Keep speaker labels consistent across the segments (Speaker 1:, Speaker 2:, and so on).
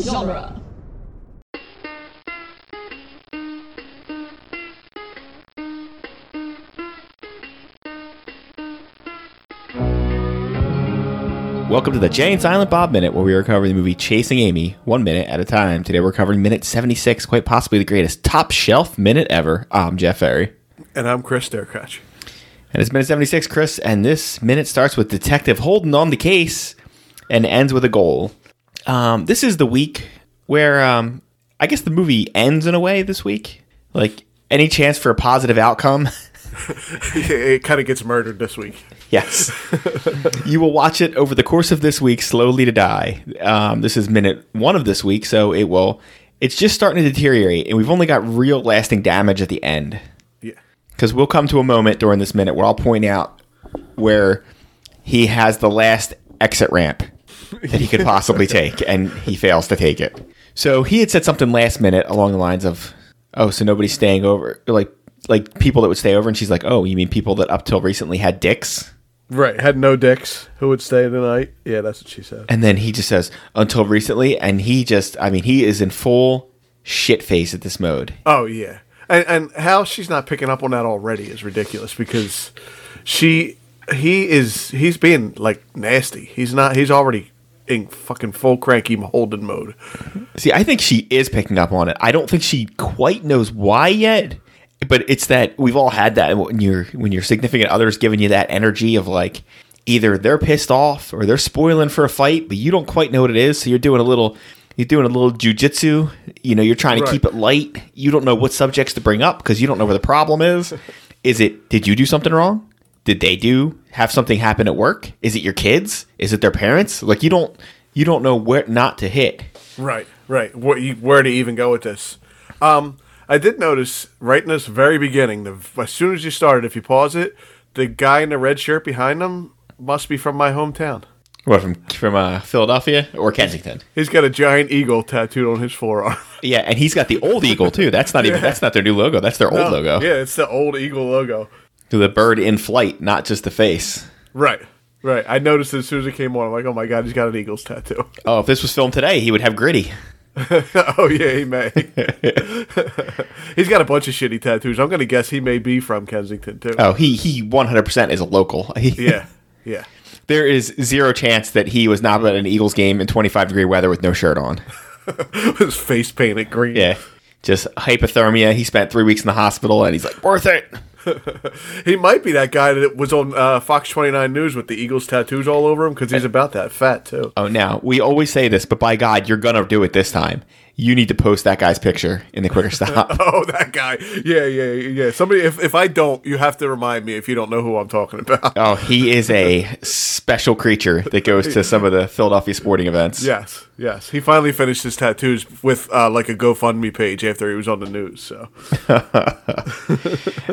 Speaker 1: genre.
Speaker 2: Welcome to the Jay and Silent Bob Minute, where we are covering the movie Chasing Amy one minute at a time. Today we're covering minute 76, quite possibly the greatest top shelf minute ever. I'm Jeff Ferry.
Speaker 3: And I'm Chris Derkach.
Speaker 2: And it's minute 76, Chris, and this minute starts with Detective holding on the case and ends with a goal. Um, this is the week where um, I guess the movie ends in a way this week. Like, any chance for a positive outcome?
Speaker 3: it kind of gets murdered this week.
Speaker 2: Yes. you will watch it over the course of this week slowly to die. Um, this is minute one of this week, so it will. It's just starting to deteriorate, and we've only got real lasting damage at the end.
Speaker 3: Yeah.
Speaker 2: Because we'll come to a moment during this minute where I'll point out where he has the last exit ramp that he could possibly take, and he fails to take it. So he had said something last minute along the lines of, "Oh, so nobody's staying over, like like people that would stay over." And she's like, "Oh, you mean people that up till recently had dicks?"
Speaker 3: Right. Had no dicks. Who would stay tonight? Yeah, that's what she said.
Speaker 2: And then he just says, until recently. And he just, I mean, he is in full shit face at this mode.
Speaker 3: Oh yeah. And and how she's not picking up on that already is ridiculous because she he is he's being like nasty. He's not he's already in fucking full cranky Holden mode.
Speaker 2: See, I think she is picking up on it. I don't think she quite knows why yet, but it's that we've all had that when your when your significant other's giving you that energy of like either they're pissed off or they're spoiling for a fight, but you don't quite know what it is, so you're doing a little you're doing a little jujitsu. You know, you're trying to
Speaker 3: Right.
Speaker 2: keep it light. You don't know what subjects to bring up because you don't know where the problem is. Is it did you do something wrong? Did they do have something happen at work? Is it your kids? Is it their parents? Like you don't you don't know where not to hit.
Speaker 3: Right, right. Where, you, where to even go with this? Um, I did notice right in this very beginning, the, as soon as you started, if you pause it, the guy in the red shirt behind him must be from my hometown.
Speaker 2: What from from uh, Philadelphia or Kensington?
Speaker 3: He's got a giant eagle tattooed on his forearm.
Speaker 2: Yeah, and he's got the old eagle too. That's not even that's not their new logo. That's their old logo.
Speaker 3: Yeah, it's the old eagle logo.
Speaker 2: So the bird in flight, not just the face.
Speaker 3: Right, right. I noticed as soon as it came on. I'm like, oh my god, he's got an eagle's tattoo.
Speaker 2: Oh, if this was filmed today, he would have gritty.
Speaker 3: oh yeah, he may. he's got a bunch of shitty tattoos. I'm gonna guess he may be from Kensington too.
Speaker 2: Oh, he he 100% is a local. He-
Speaker 3: Yeah, yeah.
Speaker 2: there is zero chance that he was not at an Eagles game in 25 degree weather with no shirt on.
Speaker 3: his face painted green.
Speaker 2: Yeah. Just hypothermia. He spent 3 weeks in the hospital and he's like, "Worth it."
Speaker 3: He might be that guy that was on uh, Fox 29 News with the Eagles tattoos all over him because he's about that fat, too.
Speaker 2: Oh, now, we always say this, but by God, you're going to do it this time. You need to post that guy's picture in the quicker stop.
Speaker 3: Oh, that guy. Yeah, yeah, yeah. Somebody, if, if I don't, you have to remind me if you don't know who I'm talking about.
Speaker 2: Oh, he is a special creature that goes to some of the Philadelphia sporting events.
Speaker 3: Yes, yes. He finally finished his tattoos with uh, like a GoFundMe page after he was on the news. So,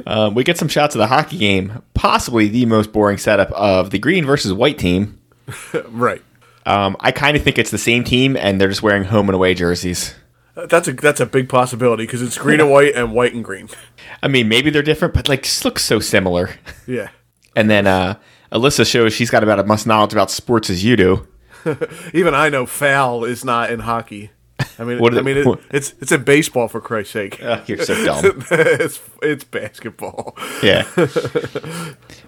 Speaker 2: Um, we get some shots of the hockey game, possibly the most boring setup of the green versus white team.
Speaker 3: right.
Speaker 2: Um, I kind of think it's the same team, and they're just wearing home and away jerseys.
Speaker 3: Uh, That's a that's a big possibility because it's green and white and white and green.
Speaker 2: I mean, maybe they're different, but like, just looks so similar.
Speaker 3: Yeah.
Speaker 2: And then uh, Alyssa shows she's got about as much knowledge about sports as you do.
Speaker 3: Even I know foul is not in hockey. I mean,
Speaker 2: What
Speaker 3: I
Speaker 2: is-
Speaker 3: mean, it,
Speaker 2: what-
Speaker 3: it's it's in baseball for Christ's sake.
Speaker 2: Ugh, you're so dumb.
Speaker 3: it's it's basketball.
Speaker 2: Yeah,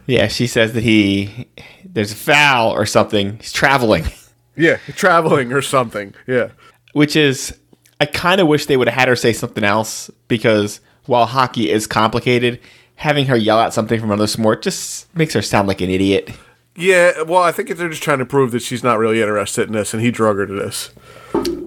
Speaker 2: yeah. She says that he there's a foul or something. He's traveling.
Speaker 3: Yeah, traveling or something. Yeah.
Speaker 2: which is I kind of wish they would have had her say something else because while hockey is complicated, having her yell out something from another sport just makes her sound like an idiot.
Speaker 3: Yeah, well, I think they're just trying to prove that she's not really interested in this and he drug her to this.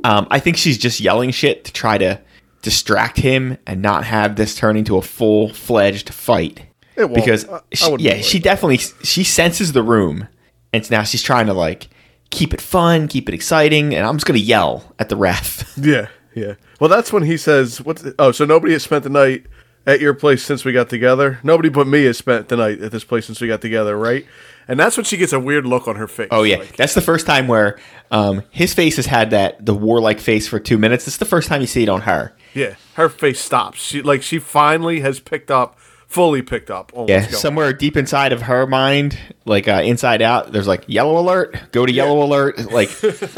Speaker 2: Um, I think she's just yelling shit to try to distract him and not have this turn into a full fledged fight.
Speaker 3: It won't.
Speaker 2: Because
Speaker 3: I- I
Speaker 2: she-
Speaker 3: wouldn't be
Speaker 2: yeah,
Speaker 3: worried
Speaker 2: she definitely she senses the room, and now she's trying to like keep it fun, keep it exciting, and I'm just gonna yell at the ref.
Speaker 3: Yeah, yeah. Well, that's when he says, "What's the- oh, so nobody has spent the night at your place since we got together? Nobody but me has spent the night at this place since we got together, right? And that's when she gets a weird look on her face.
Speaker 2: Oh yeah,
Speaker 3: Like,
Speaker 2: that's the first time where um, his face has had that the warlike face for two minutes. It's the first time you see it on her.
Speaker 3: yeah, her face stops. She like she finally has picked up, fully picked up. On
Speaker 2: Yeah,
Speaker 3: what's going
Speaker 2: somewhere deep inside of her mind, like uh, inside out, there's like yellow alert, go to yellow alert, like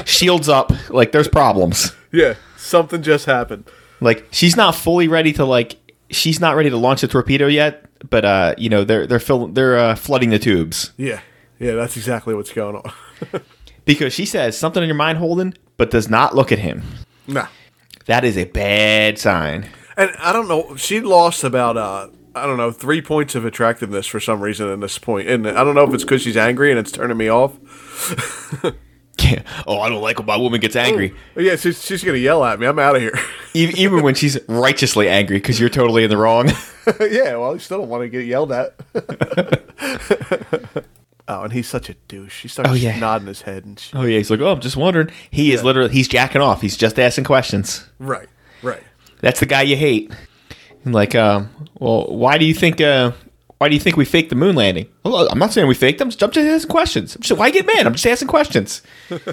Speaker 2: shields up, like there's problems.
Speaker 3: Yeah, something just happened.
Speaker 2: Like she's not fully ready to like she's not ready to launch the torpedo yet, but uh, you know they're they're fill, they're uh, flooding the tubes
Speaker 3: Yeah, yeah, that's exactly what's going on.
Speaker 2: because she says something in your mind, Holden, but does not look at him.
Speaker 3: nah,
Speaker 2: That is a bad sign.
Speaker 3: And I don't know. She lost about uh, I don't know three points of attractiveness for some reason in this point. And I don't know if it's because she's angry and it's turning me off.
Speaker 2: oh, I don't like when my woman gets angry,
Speaker 3: Yeah, she's, she's gonna yell at me. I'm out of here.
Speaker 2: E- even when she's righteously angry because you're totally in the wrong.
Speaker 3: yeah, well, you still don't want to get yelled at. oh, and he's such a douche. He starts
Speaker 2: Oh, yeah.
Speaker 3: nodding his head and she,
Speaker 2: oh yeah, he's like, oh, I'm just wondering. He is literally he's jacking off. He's just asking questions.
Speaker 3: right, right.
Speaker 2: That's the guy you hate. And like, um, well, why do you think? Uh, why do you think we faked the moon landing? Well, I'm not saying we faked. I'm just, I'm just asking questions. I'm just, why get mad? I'm just asking questions.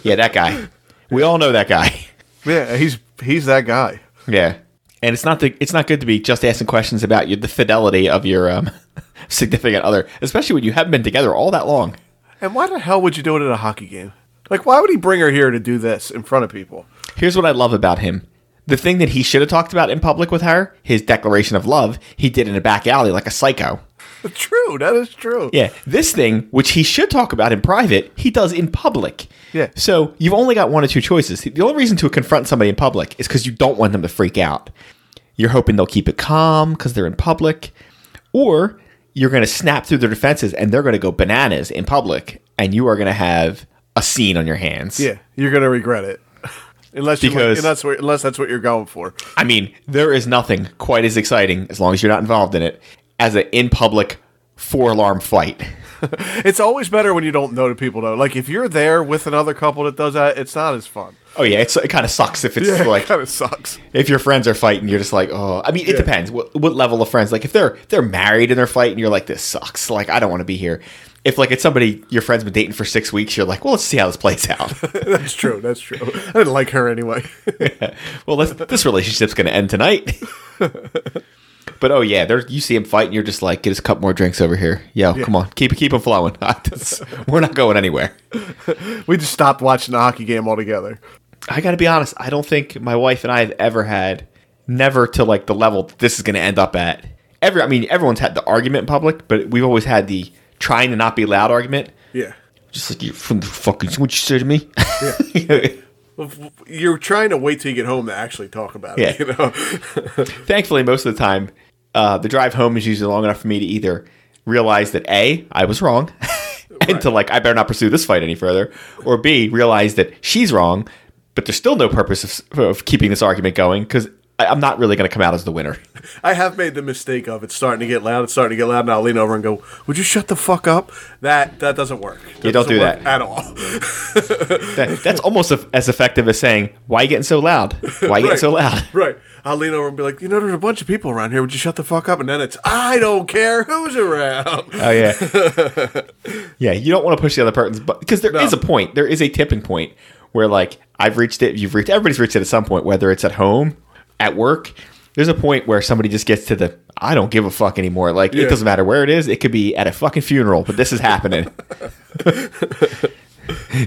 Speaker 2: Yeah, that guy. We all know that guy.
Speaker 3: Yeah, he's he's that guy.
Speaker 2: Yeah, and it's not the, it's not good to be just asking questions about your, the fidelity of your um, significant other, especially when you haven't been together all that long.
Speaker 3: And why the hell would you do it at a hockey game? Like, why would he bring her here to do this in front of people?
Speaker 2: Here's what I love about him. The thing that he should have talked about in public with her, his declaration of love, he did in a back alley like a psycho.
Speaker 3: True, that is true.
Speaker 2: Yeah, this thing, which he should talk about in private, he does in public.
Speaker 3: Yeah.
Speaker 2: So you've only got one or two choices. The only reason to confront somebody in public is because you don't want them to freak out. You're hoping they'll keep it calm because they're in public, or you're going to snap through their defenses and they're going to go bananas in public, and you are going to have a scene on your hands.
Speaker 3: Yeah, you're gonna regret it. Unless you
Speaker 2: Because-
Speaker 3: because unless, where- unless that's what you're going for.
Speaker 2: I mean, there is nothing quite as exciting as long as you're not involved in it as an in public four alarm fight.
Speaker 3: It's always better when you don't know the people though. Like if you're there with another couple that does that, it's not as fun.
Speaker 2: Oh yeah, it's, it kind of sucks if it's like
Speaker 3: kind of sucks.
Speaker 2: if your friends are fighting, you're just like, oh, I mean, it
Speaker 3: Yeah.
Speaker 2: depends what, what level of friends. Like if they're they're married and they're fighting, you're like, this sucks. Like I don't want to be here. If like it's somebody your friend's been dating for six weeks, you're like, well, let's see how this plays out.
Speaker 3: That's true. That's true. I didn't like her anyway.
Speaker 2: well, this, this relationship's going to end tonight. but oh yeah, there you see him fighting, you're just like, get us a couple more drinks over here. Yo, come on, keep keep them flowing. This- We're not going anywhere.
Speaker 3: we just stopped watching the hockey game altogether.
Speaker 2: I got to be honest. I don't think my wife and I have ever had, never to like the level that this is going to end up at. Every, I mean, everyone's had the argument in public, but we've always had the trying to not be loud argument.
Speaker 3: Yeah.
Speaker 2: Just like you from the fucking what you said to me.
Speaker 3: You're trying to wait till you get home to actually talk about it.
Speaker 2: Yeah.
Speaker 3: You know?
Speaker 2: Thankfully, most of the time, uh, the drive home is usually long enough for me to either realize that a I was wrong, and to like I better not pursue this fight any further, or b realize that she's wrong, but there's still no purpose of, of keeping this argument going because I'm not really going to come out as the winner.
Speaker 3: I have made the mistake of it's starting to get loud. It's starting to get loud, and I'll lean over and go, "Would you shut the fuck up?" That that doesn't work. That
Speaker 2: Yeah, don't
Speaker 3: doesn't
Speaker 2: do
Speaker 3: work
Speaker 2: that.
Speaker 3: at all.
Speaker 2: That, that's almost a- as effective as saying, "Why you getting so loud? Why you getting so loud?"
Speaker 3: Right. I'll lean over and be like, you know, there's a bunch of people around here. Would you shut the fuck up? And then it's, I don't care who's around.
Speaker 2: Oh yeah, yeah. You don't want to push the other person's, but because there is a point, there is a tipping point where like I've reached it, you've reached, everybody's reached it at some point, whether it's at home, at work. There's a point where somebody just gets to the I don't give a fuck anymore. Like it
Speaker 3: Yeah.
Speaker 2: doesn't matter where it is. It could be at a fucking funeral, but this is happening.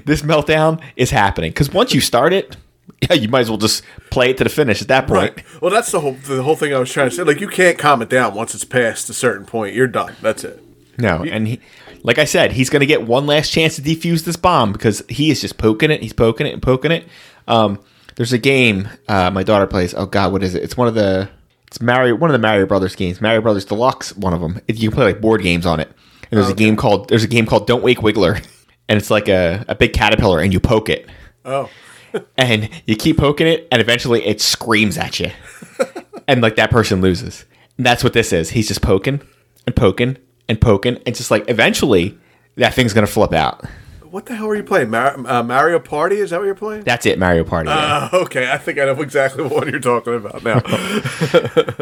Speaker 2: this meltdown is happening because once you start it, yeah, you might as well just play it to the finish at that point.
Speaker 3: Right. Well, that's the whole the whole thing I was trying to say. Like, you can't calm it down once it's past a certain point. You're done. That's it.
Speaker 2: No, and he, like I said, he's going to get one last chance to defuse this bomb because he is just poking it. He's poking it and poking it. Um, there's a game uh, my daughter plays. Oh God, what is it? It's one of the it's Mario one of the Mario Brothers games. Mario Brothers Deluxe, one of them. It, you can play like board games on it. And there's a game called there's a game called Don't Wake Wiggler, and it's like a, a big caterpillar and you poke it
Speaker 3: Oh,
Speaker 2: and you keep poking it, and eventually it screams at you, and like that person loses. And that's what this is. He's just poking and poking and poking, and just like eventually that thing's gonna flip out.
Speaker 3: what the hell are you playing? Mar- uh, Mario Party? Is that what you're playing?
Speaker 2: That's it, Mario Party. yeah.
Speaker 3: Uh, okay, I think I know exactly what you're talking about now.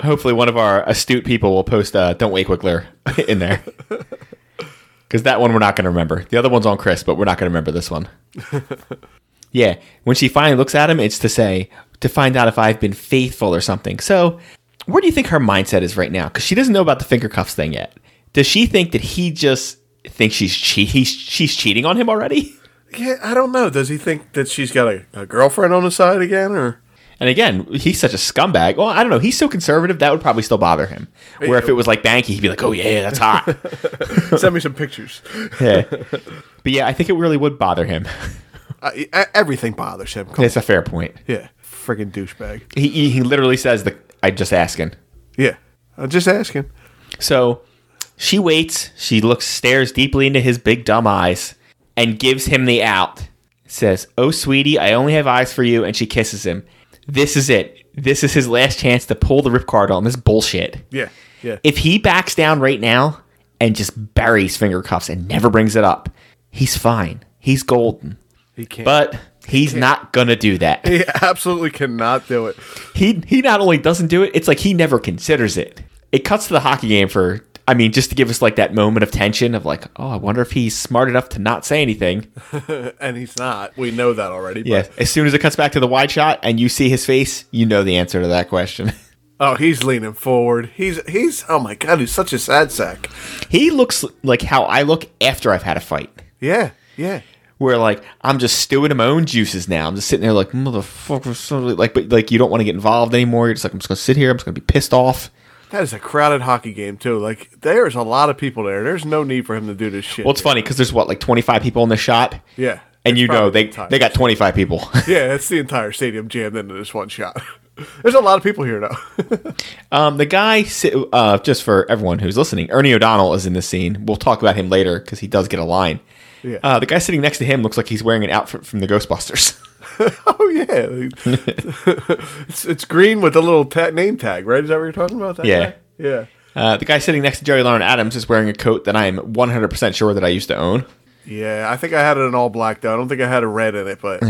Speaker 2: Hopefully, one of our astute people will post uh, "Don't Wake Wiggler" in there, because that one we're not gonna remember. The other one's on Chris, but we're not gonna remember this one. yeah, when she finally looks at him, it's to say to find out if I've been faithful or something. So, where do you think her mindset is right now? Because she doesn't know about the finger cuffs thing yet. Does she think that he just thinks she's che- he's, she's cheating on him already?
Speaker 3: yeah, I don't know. Does he think that she's got a, a girlfriend on the side again, or
Speaker 2: And again, he's such a scumbag. Well, I don't know. He's so conservative that would probably still bother him. Where if it was like Banky, he'd be like, "Oh yeah, that's hot."
Speaker 3: Send me some pictures.
Speaker 2: yeah. But yeah, I think it really would bother him.
Speaker 3: Uh, e- everything bothers him. Come on.
Speaker 2: It's a fair point.
Speaker 3: Yeah, friggin' douchebag.
Speaker 2: He he he literally says the I just asking.
Speaker 3: Yeah, I'm just asking.
Speaker 2: So she waits. She looks, stares deeply into his big dumb eyes, and gives him the out. Says, Oh, sweetie, I only have eyes for you. And she kisses him. This is it. This is his last chance to pull the ripcord on this bullshit.
Speaker 3: Yeah, yeah.
Speaker 2: If he backs down right now and just buries finger cuffs and never brings it up, he's fine. He's golden.
Speaker 3: he can't.
Speaker 2: But he's not going to do that.
Speaker 3: he absolutely cannot do it.
Speaker 2: He, he not only doesn't do it, it's like he never considers it. It cuts to the hockey game for, I mean, just to give us like that moment of tension of like, oh, I wonder if he's smart enough to not say anything.
Speaker 3: And he's not. We know that already. But,
Speaker 2: Yes. As soon as it cuts back to the wide shot and you see his face, you know the answer to that question.
Speaker 3: Oh, he's leaning forward. He's he's. Oh my god, he's such a sad sack.
Speaker 2: he looks like how I look after I've had a fight.
Speaker 3: Yeah, yeah.
Speaker 2: Where like I'm just stewing in my own juices now. I'm just sitting there like motherfucker, so-" like but like you don't want to get involved anymore. You're just like I'm just gonna sit here. I'm just gonna be pissed off.
Speaker 3: That is a crowded hockey game too. Like there's a lot of people there. There's no need for him to do this shit.
Speaker 2: Well, it's funny because there's what like 25 people in the shot.
Speaker 3: yeah,
Speaker 2: and
Speaker 3: It's
Speaker 2: you know
Speaker 3: probably
Speaker 2: they
Speaker 3: the entire-
Speaker 2: they got 25 people.
Speaker 3: yeah. That's the entire stadium jammed into this one shot. there's a lot of people here though.
Speaker 2: Um, the guy, si- uh, just for everyone who's listening, Ernie O'Donnell is in this scene. We'll talk about him later because he does get a line.
Speaker 3: Yeah.
Speaker 2: Uh, the guy sitting next to him looks like he's wearing an outfit from the Ghostbusters.
Speaker 3: oh yeah, it's, it's green with a little ta- name tag, right? Is that what you're talking about? That
Speaker 2: Yeah.
Speaker 3: guy? yeah,
Speaker 2: Uh, the guy sitting next to Jerry Lauren Adams is wearing a coat that I'm 100% sure that I used to own.
Speaker 3: yeah. I think I had it in all black though. I don't think I had a red in it, but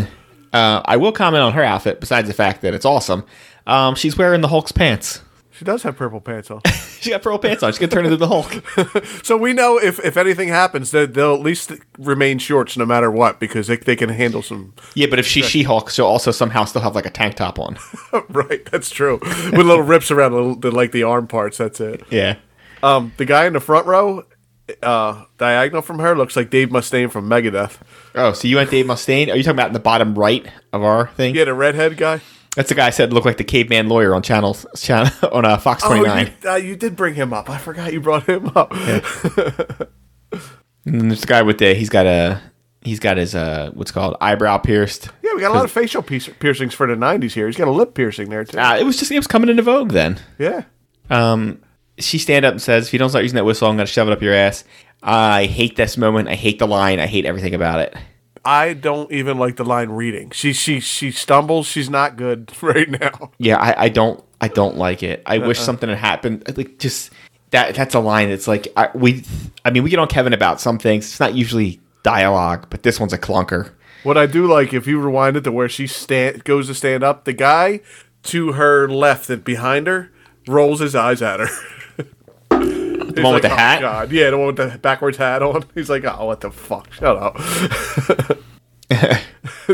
Speaker 2: Uh, I will comment on her outfit, besides the fact that it's awesome. Um, she's wearing the Hulk's pants.
Speaker 3: she does have purple pants on.
Speaker 2: She got pearl pants on. She's gonna turn into the Hulk.
Speaker 3: So we know if, if anything happens, they, they'll at least remain shorts no matter what because they, they can handle some.
Speaker 2: Yeah, but if she's She-Hulk, she'll also somehow still have like a tank top on.
Speaker 3: right, that's true. With little rips around the, the, like the arm parts, that's it.
Speaker 2: Yeah.
Speaker 3: Um, the guy in the front row, uh, diagonal from her, looks like Dave Mustaine from Megadeth.
Speaker 2: Oh, so you went Dave Mustaine? Are you talking about in the bottom right of our thing?
Speaker 3: He had a redhead guy.
Speaker 2: That's the guy I said looked like the caveman lawyer on channel, channel on uh, Fox
Speaker 3: Oh,
Speaker 2: 29.
Speaker 3: you, uh, you did bring him up. I forgot you brought him up.
Speaker 2: and then there's the guy with the he's got a he's got his uh what's called eyebrow pierced.
Speaker 3: yeah, we got a lot of facial piece, piercings for the '90s here. He's got a lip piercing there too.
Speaker 2: Uh, it was just it was coming into vogue then.
Speaker 3: Yeah.
Speaker 2: Um, she stand up and says, "If you don't start using that whistle, I'm gonna shove it up your ass." I hate this moment. I hate the line. I hate everything about it.
Speaker 3: I don't even like the line reading. She she she stumbles. She's not good right now.
Speaker 2: Yeah, I, I don't I don't like it. I wish something had happened. I Like just that that's a line that's like I, we I mean we get on Kevin about some things. It's not usually dialogue, but this one's a clunker.
Speaker 3: What I do like, if you rewind it to where she stand goes to stand up, the guy to her left and behind her rolls his eyes at her. the
Speaker 2: one with the hat?"
Speaker 3: God, yeah, the one with the backwards hat on. He's like, "Oh, what the fuck? Shut up."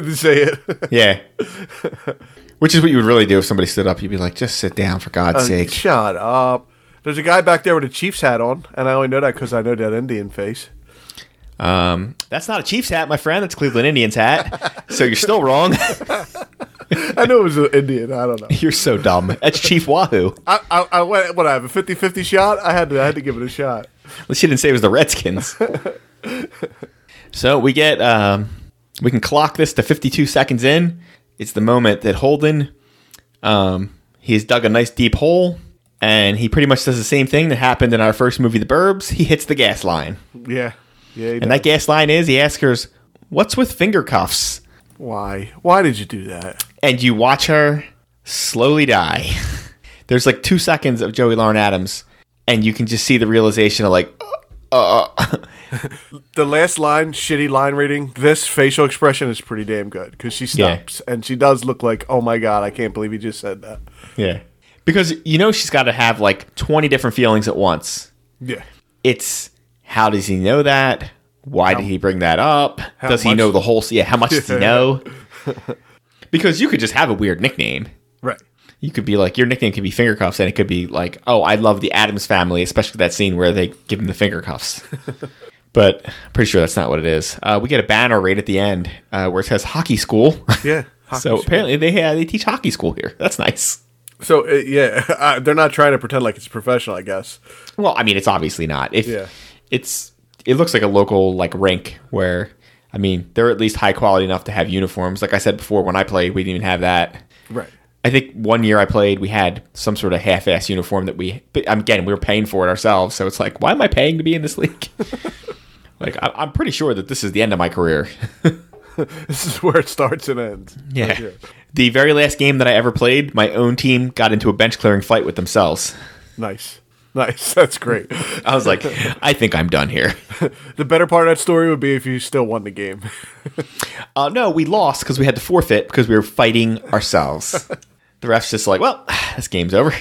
Speaker 3: Say it.
Speaker 2: Yeah. Which is what you would really do if somebody stood up. You'd be like, just sit down for
Speaker 3: Uh,
Speaker 2: God's sake.
Speaker 3: Shut up. There's a guy back there with a Chiefs hat on, and I only know that because I know that Indian face.
Speaker 2: Um, that's not a Chiefs hat, my friend. That's Cleveland Indians hat. so you're still wrong.
Speaker 3: I know it was an Indian. I don't know.
Speaker 2: you're so dumb. That's Chief Wahoo.
Speaker 3: I, I, I went. What I have a 50-50 shot. I had to. I had to give it a shot.
Speaker 2: At least you didn't say it was the Redskins. so we get, um, we can clock this to 52 seconds in. It's the moment that Holden, um, he has dug a nice deep hole, and he pretty much does the same thing that happened in our first movie, The Burbs. He hits the gas line.
Speaker 3: Yeah. Yeah. he
Speaker 2: And that gas line is he asks her, What's with finger cuffs?
Speaker 3: Why? Why did you do that?
Speaker 2: And you watch her slowly die. There's like two seconds of Joey Lauren Adams, and you can just see the realization of like,
Speaker 3: The last line, shitty line reading. This facial expression is pretty damn good because she
Speaker 2: Yeah.
Speaker 3: stops and she does look like, oh my god, I can't believe he just said that.
Speaker 2: Yeah. Because you know she's got to have like 20 different feelings at once.
Speaker 3: Yeah.
Speaker 2: It's how does he know that? Why did he bring that up? Does he
Speaker 3: much-
Speaker 2: know the whole? Yeah, how much does he know? because you could just have a weird nickname.
Speaker 3: Right.
Speaker 2: You could be like your nickname could be finger cuffs, and it could be like, oh, I love the Adams family, especially that scene where they give him the finger cuffs. but I'm pretty sure that's not what it is. Uh, we get a banner right at the end uh, where it says hockey school.
Speaker 3: Yeah.
Speaker 2: so apparently they had they teach hockey school here. That's nice.
Speaker 3: So uh, yeah, I, they're not trying to pretend like it's professional. I guess.
Speaker 2: Well, I mean, it's obviously not. If
Speaker 3: Yeah.
Speaker 2: it's it looks like a local like rink where I mean they're at least high quality enough to have uniforms. Like I said before, when I played, we didn't even have that.
Speaker 3: Right.
Speaker 2: I think one year I played, we had some sort of half-ass uniform that we. But um, again, we were paying for it ourselves, so it's like, why am I paying to be in this league? like I, I'm pretty sure that this is the end of my career.
Speaker 3: This is where it starts and ends. Right here.
Speaker 2: the very last game that I ever played, my own team got into a bench clearing fight with themselves.
Speaker 3: Nice. Nice. That's great.
Speaker 2: I was like, I think I'm done here.
Speaker 3: the better part of that story would be if you still won the game.
Speaker 2: Uh, no, we lost because we had to forfeit because we were fighting ourselves. the ref's just like, well, this game's over.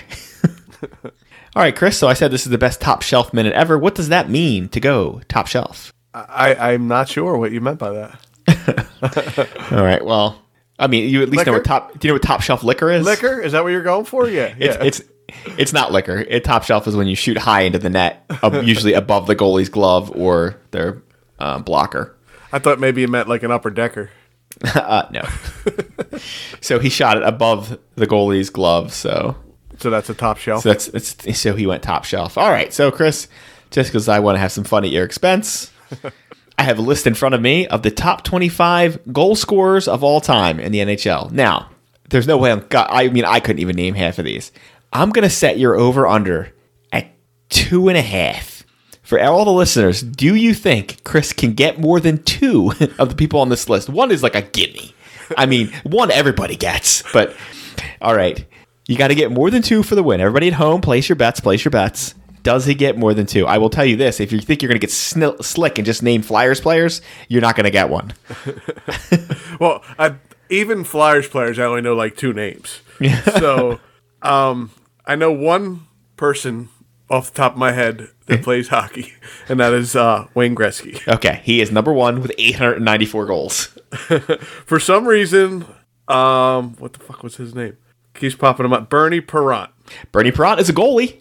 Speaker 2: All right, Chris. So I said this is the best top shelf minute ever. What does that mean to go top shelf?
Speaker 3: I, I'm not sure what you meant by that.
Speaker 2: All right. Well, I mean, you at least know
Speaker 3: Liquor?
Speaker 2: what top. Do you know what top shelf liquor is?
Speaker 3: Liquor? Is that what you're going for? Yeah.
Speaker 2: It's
Speaker 3: yeah.
Speaker 2: it's it's not liquor. It top shelf is when you shoot high into the net, ab- usually above the goalie's glove or their uh, blocker.
Speaker 3: I thought maybe you meant like an upper decker.
Speaker 2: Uh, no. so he shot it above the goalie's glove. So
Speaker 3: So that's a top shelf.
Speaker 2: So that's, that's so he went top shelf. All right, so Chris, just because I want to have some fun at your expense, I have a list in front of me of the top 25 goal scorers of all time in the NHL. Now, there's no way I'm. go- I mean, I couldn't even name half of these. I'm gonna set your over under at two and a half. For all the listeners, do you think Chris can get more than two of the people on this list? One is like a gimme. I mean, one everybody gets, but all right. You got to get more than two for the win. Everybody at home, place your bets, place your bets. Does he get more than two? I will tell you this if you think you're going to get snil- slick and just name Flyers players, you're not going to get one.
Speaker 3: well, I, even Flyers players, I only know like two names. so um, I know one person off the top of my head that plays hockey, and that is uh, Wayne Gretzky.
Speaker 2: Okay, he is number one with 894 goals.
Speaker 3: For some reason, um, what the fuck was his name? Keeps popping him up. Bernie Perrant.
Speaker 2: Bernie Perrant is a goalie.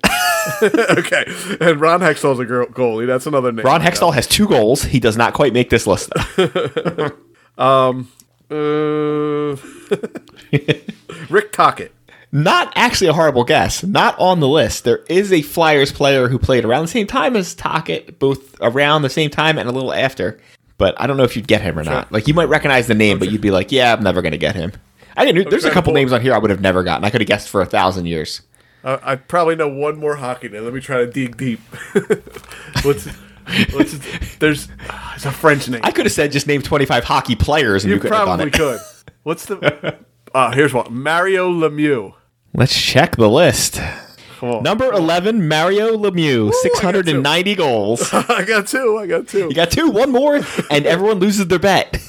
Speaker 3: okay, and Ron Hextall's a girl, goalie. That's another name.
Speaker 2: Ron Hextall has two goals. He does not quite make this list, though.
Speaker 3: Uh, Rick Tockett.
Speaker 2: Not actually a horrible guess. Not on the list. There is a Flyers player who played around the same time as Tockett, both around the same time and a little after. But I don't know if you'd get him or not. Like you might recognize the name, but you'd be like, "Yeah, I'm never gonna get him." I didn't. There's a
Speaker 3: Okay,
Speaker 2: couple
Speaker 3: cool.
Speaker 2: names on here I would have never gotten. I could have guessed for a thousand years.
Speaker 3: Uh, I probably know one more hockey name. Let me try to dig deep. what's, what's there's ah, it's a French name.
Speaker 2: I could have said just name 25 hockey players, and you,
Speaker 3: you
Speaker 2: could have done
Speaker 3: probably
Speaker 2: it.
Speaker 3: could. What's the? Uh, here's one. Mario Lemieux.
Speaker 2: Let's check the list.
Speaker 3: Come on.
Speaker 2: Number 11, Mario Lemieux, 690 goals.
Speaker 3: I got two. I got two.
Speaker 2: You got two, one more, and everyone loses their bet.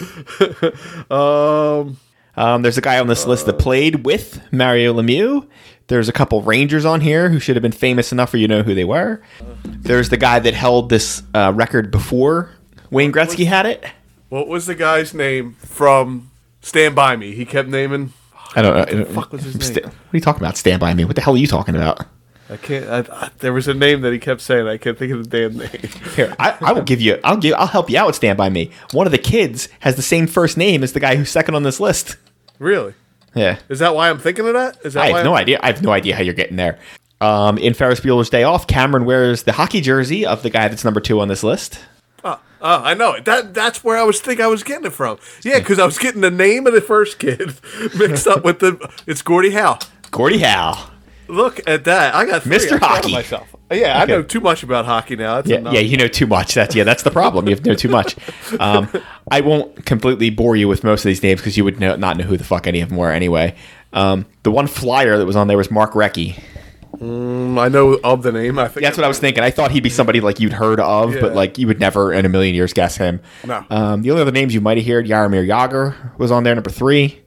Speaker 3: um,
Speaker 2: Um, there's a guy on this list that played with Mario Lemieux. There's a couple Rangers on here who should have been famous enough for you to know who they were. There's the guy that held this uh, record before Wayne Gretzky had it.
Speaker 3: what was the guy's name from Stand By Me? He kept naming.
Speaker 2: I don't know. What the
Speaker 3: fuck was his name?
Speaker 2: What are you talking about? Stand by me. What the hell are you talking about?
Speaker 3: I can't. I, I, there was a name that he kept saying. I can't think of the damn name.
Speaker 2: Here, I, I will give you. I'll give. I'll help you out with Stand by Me. One of the kids has the same first name as the guy who's second on this list.
Speaker 3: really?
Speaker 2: Yeah.
Speaker 3: Is that why I'm thinking of that? Is that
Speaker 2: I
Speaker 3: why
Speaker 2: have no
Speaker 3: I'm-
Speaker 2: idea. I have no idea how you're getting there. Um, in Ferris Bueller's Day Off, Cameron wears the hockey jersey of the guy that's number two on this list.
Speaker 3: Oh, I know it. That that's where I was think I was getting it from. Yeah, because I was getting the name of the first kid mixed up with the. It's Gordy Howe.
Speaker 2: Gordy Howe.
Speaker 3: Look at that! I got three.
Speaker 2: Mr.
Speaker 3: I'm proud of
Speaker 2: Hockey.
Speaker 3: myself. Yeah,
Speaker 2: Okay.
Speaker 3: I know too much about hockey now. That's
Speaker 2: Yeah,
Speaker 3: enough.
Speaker 2: yeah, you know too much. That's yeah, that's the problem. You know too much. Um, I won't completely bore you with most of these names because you would know, not know who the fuck any of them were anyway. Um, the one flyer that was on there was Mark Recchi.
Speaker 3: Mm, I know of the name. I think
Speaker 2: That's what I was thinking. I thought he'd be somebody like you'd heard of, but
Speaker 3: Yeah.
Speaker 2: like you would never in a million years guess him.
Speaker 3: No.
Speaker 2: Um, the only other names you might have heard, Yaramir Yager was on there, number 3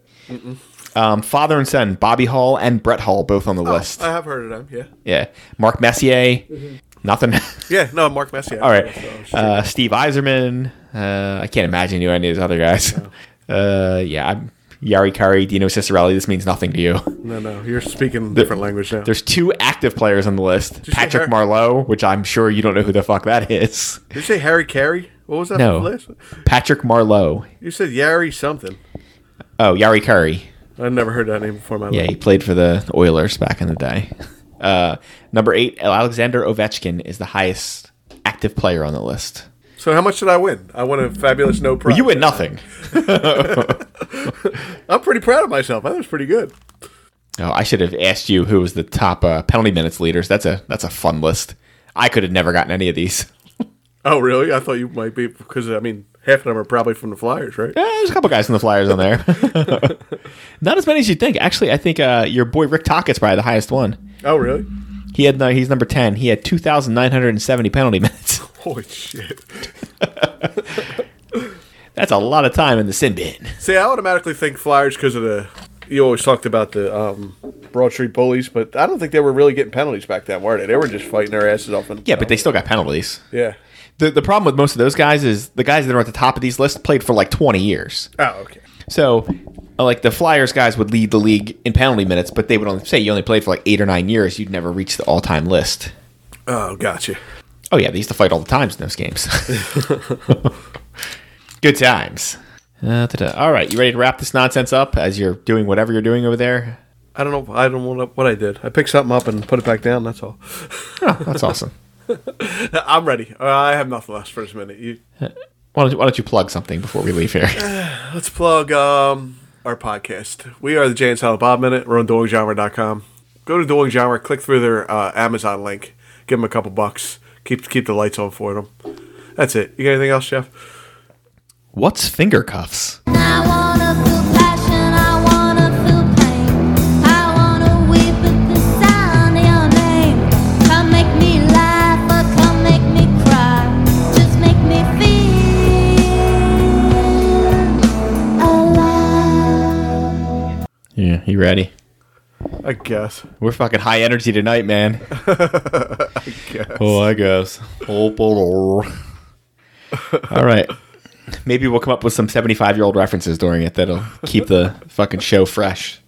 Speaker 2: Um, father and son, Bobby Hall and Brett Hall, both
Speaker 3: Oh,
Speaker 2: on the list.
Speaker 3: I have heard of them. Yeah.
Speaker 2: yeah. Mark Messier,
Speaker 3: mm-hmm.
Speaker 2: nothing.
Speaker 3: Yeah. No, Mark Messier.
Speaker 2: All right.
Speaker 3: Oh,
Speaker 2: Uh, Steve Eiserman. Uh, I can't imagine you any of these other guys. Uh, yeah, I'm Yari Kari, Dino Cicerelli. This means nothing to you.
Speaker 3: no, no, you're speaking different language now.
Speaker 2: There's two active players on the list
Speaker 3: you say
Speaker 2: Patrick
Speaker 3: Har-
Speaker 2: Marlowe, which I'm sure you don't know who the fuck that is.
Speaker 3: Did you say Harry Carey? What was that
Speaker 2: No.
Speaker 3: last?
Speaker 2: Patrick Marlowe.
Speaker 3: You said Yari something.
Speaker 2: Oh, Yari Curry.
Speaker 3: I've never heard that name before in my
Speaker 2: Yeah,
Speaker 3: life.
Speaker 2: he played for the Oilers back in the day. Uh, number eight, Alexander Ovechkin is the highest active player on the list.
Speaker 3: So how much did I win? I won a fabulous no prize.
Speaker 2: You win nothing.
Speaker 3: I'm pretty proud of myself. That was pretty good.
Speaker 2: Oh, I should have asked you who was the top uh, penalty minutes leaders. That's a that's a fun list. I could have never gotten any of these.
Speaker 3: Oh really? I thought you might be because I mean half of them are probably from the Flyers, right?
Speaker 2: Eh, there's a couple guys from the Flyers on there. Not as many as you think. Actually, I think uh, your boy Rick Tockett's probably the highest one.
Speaker 3: Oh really?
Speaker 2: He had no, he's number ten. He had two thousand nine hundred and seventy penalty minutes.
Speaker 3: Holy shit!
Speaker 2: That's a lot of time in the sin bin.
Speaker 3: See, I automatically think Flyers because of the. You always talked about the um, Broad Street bullies, but I don't think they were really getting penalties back then, were they? They were just fighting their asses off. And,
Speaker 2: Yeah, but they still got penalties.
Speaker 3: yeah.
Speaker 2: The, the problem with most of those guys is the guys that are at the top of these lists played for like 20 years.
Speaker 3: Oh okay.
Speaker 2: So, uh, like the Flyers guys would lead the league in penalty minutes, but they would only say you only played for like eight or nine years. You'd never reach the all time list.
Speaker 3: Oh, gotcha.
Speaker 2: Oh, yeah, they used to fight all the times in those games. Good times. Uh, da-da. all right, you ready to wrap this nonsense up as you're doing whatever you're doing over there?
Speaker 3: I don't know. I don't know what I did. I picked something up and put it back down. That's all.
Speaker 2: Oh, that's awesome.
Speaker 3: I'm ready. I have nothing left for this minute. You
Speaker 2: Why don't, you, why don't you plug something before we leave here?
Speaker 3: Let's plug um, our podcast. We are the Jay and Silent Bob Minute. We're on duelinggenre.com. Go to Dueling Genre, click through their uh, Amazon link, give them a couple bucks, keep keep the lights on for them. That's it. You got anything else, Jeff?
Speaker 2: What's finger cuffs?
Speaker 1: I wanna feel passion, I wanna feel pain. I wanna weep at the sound of your name. Come make me laugh or come make me cry. Just make me feel alive.
Speaker 2: Yeah, you ready?
Speaker 3: I guess.
Speaker 2: We're fucking high energy tonight, man.
Speaker 3: guess.
Speaker 2: Oh, I guess. All right. Maybe we'll come up with some 75 year old references during it that'll keep the fucking show fresh.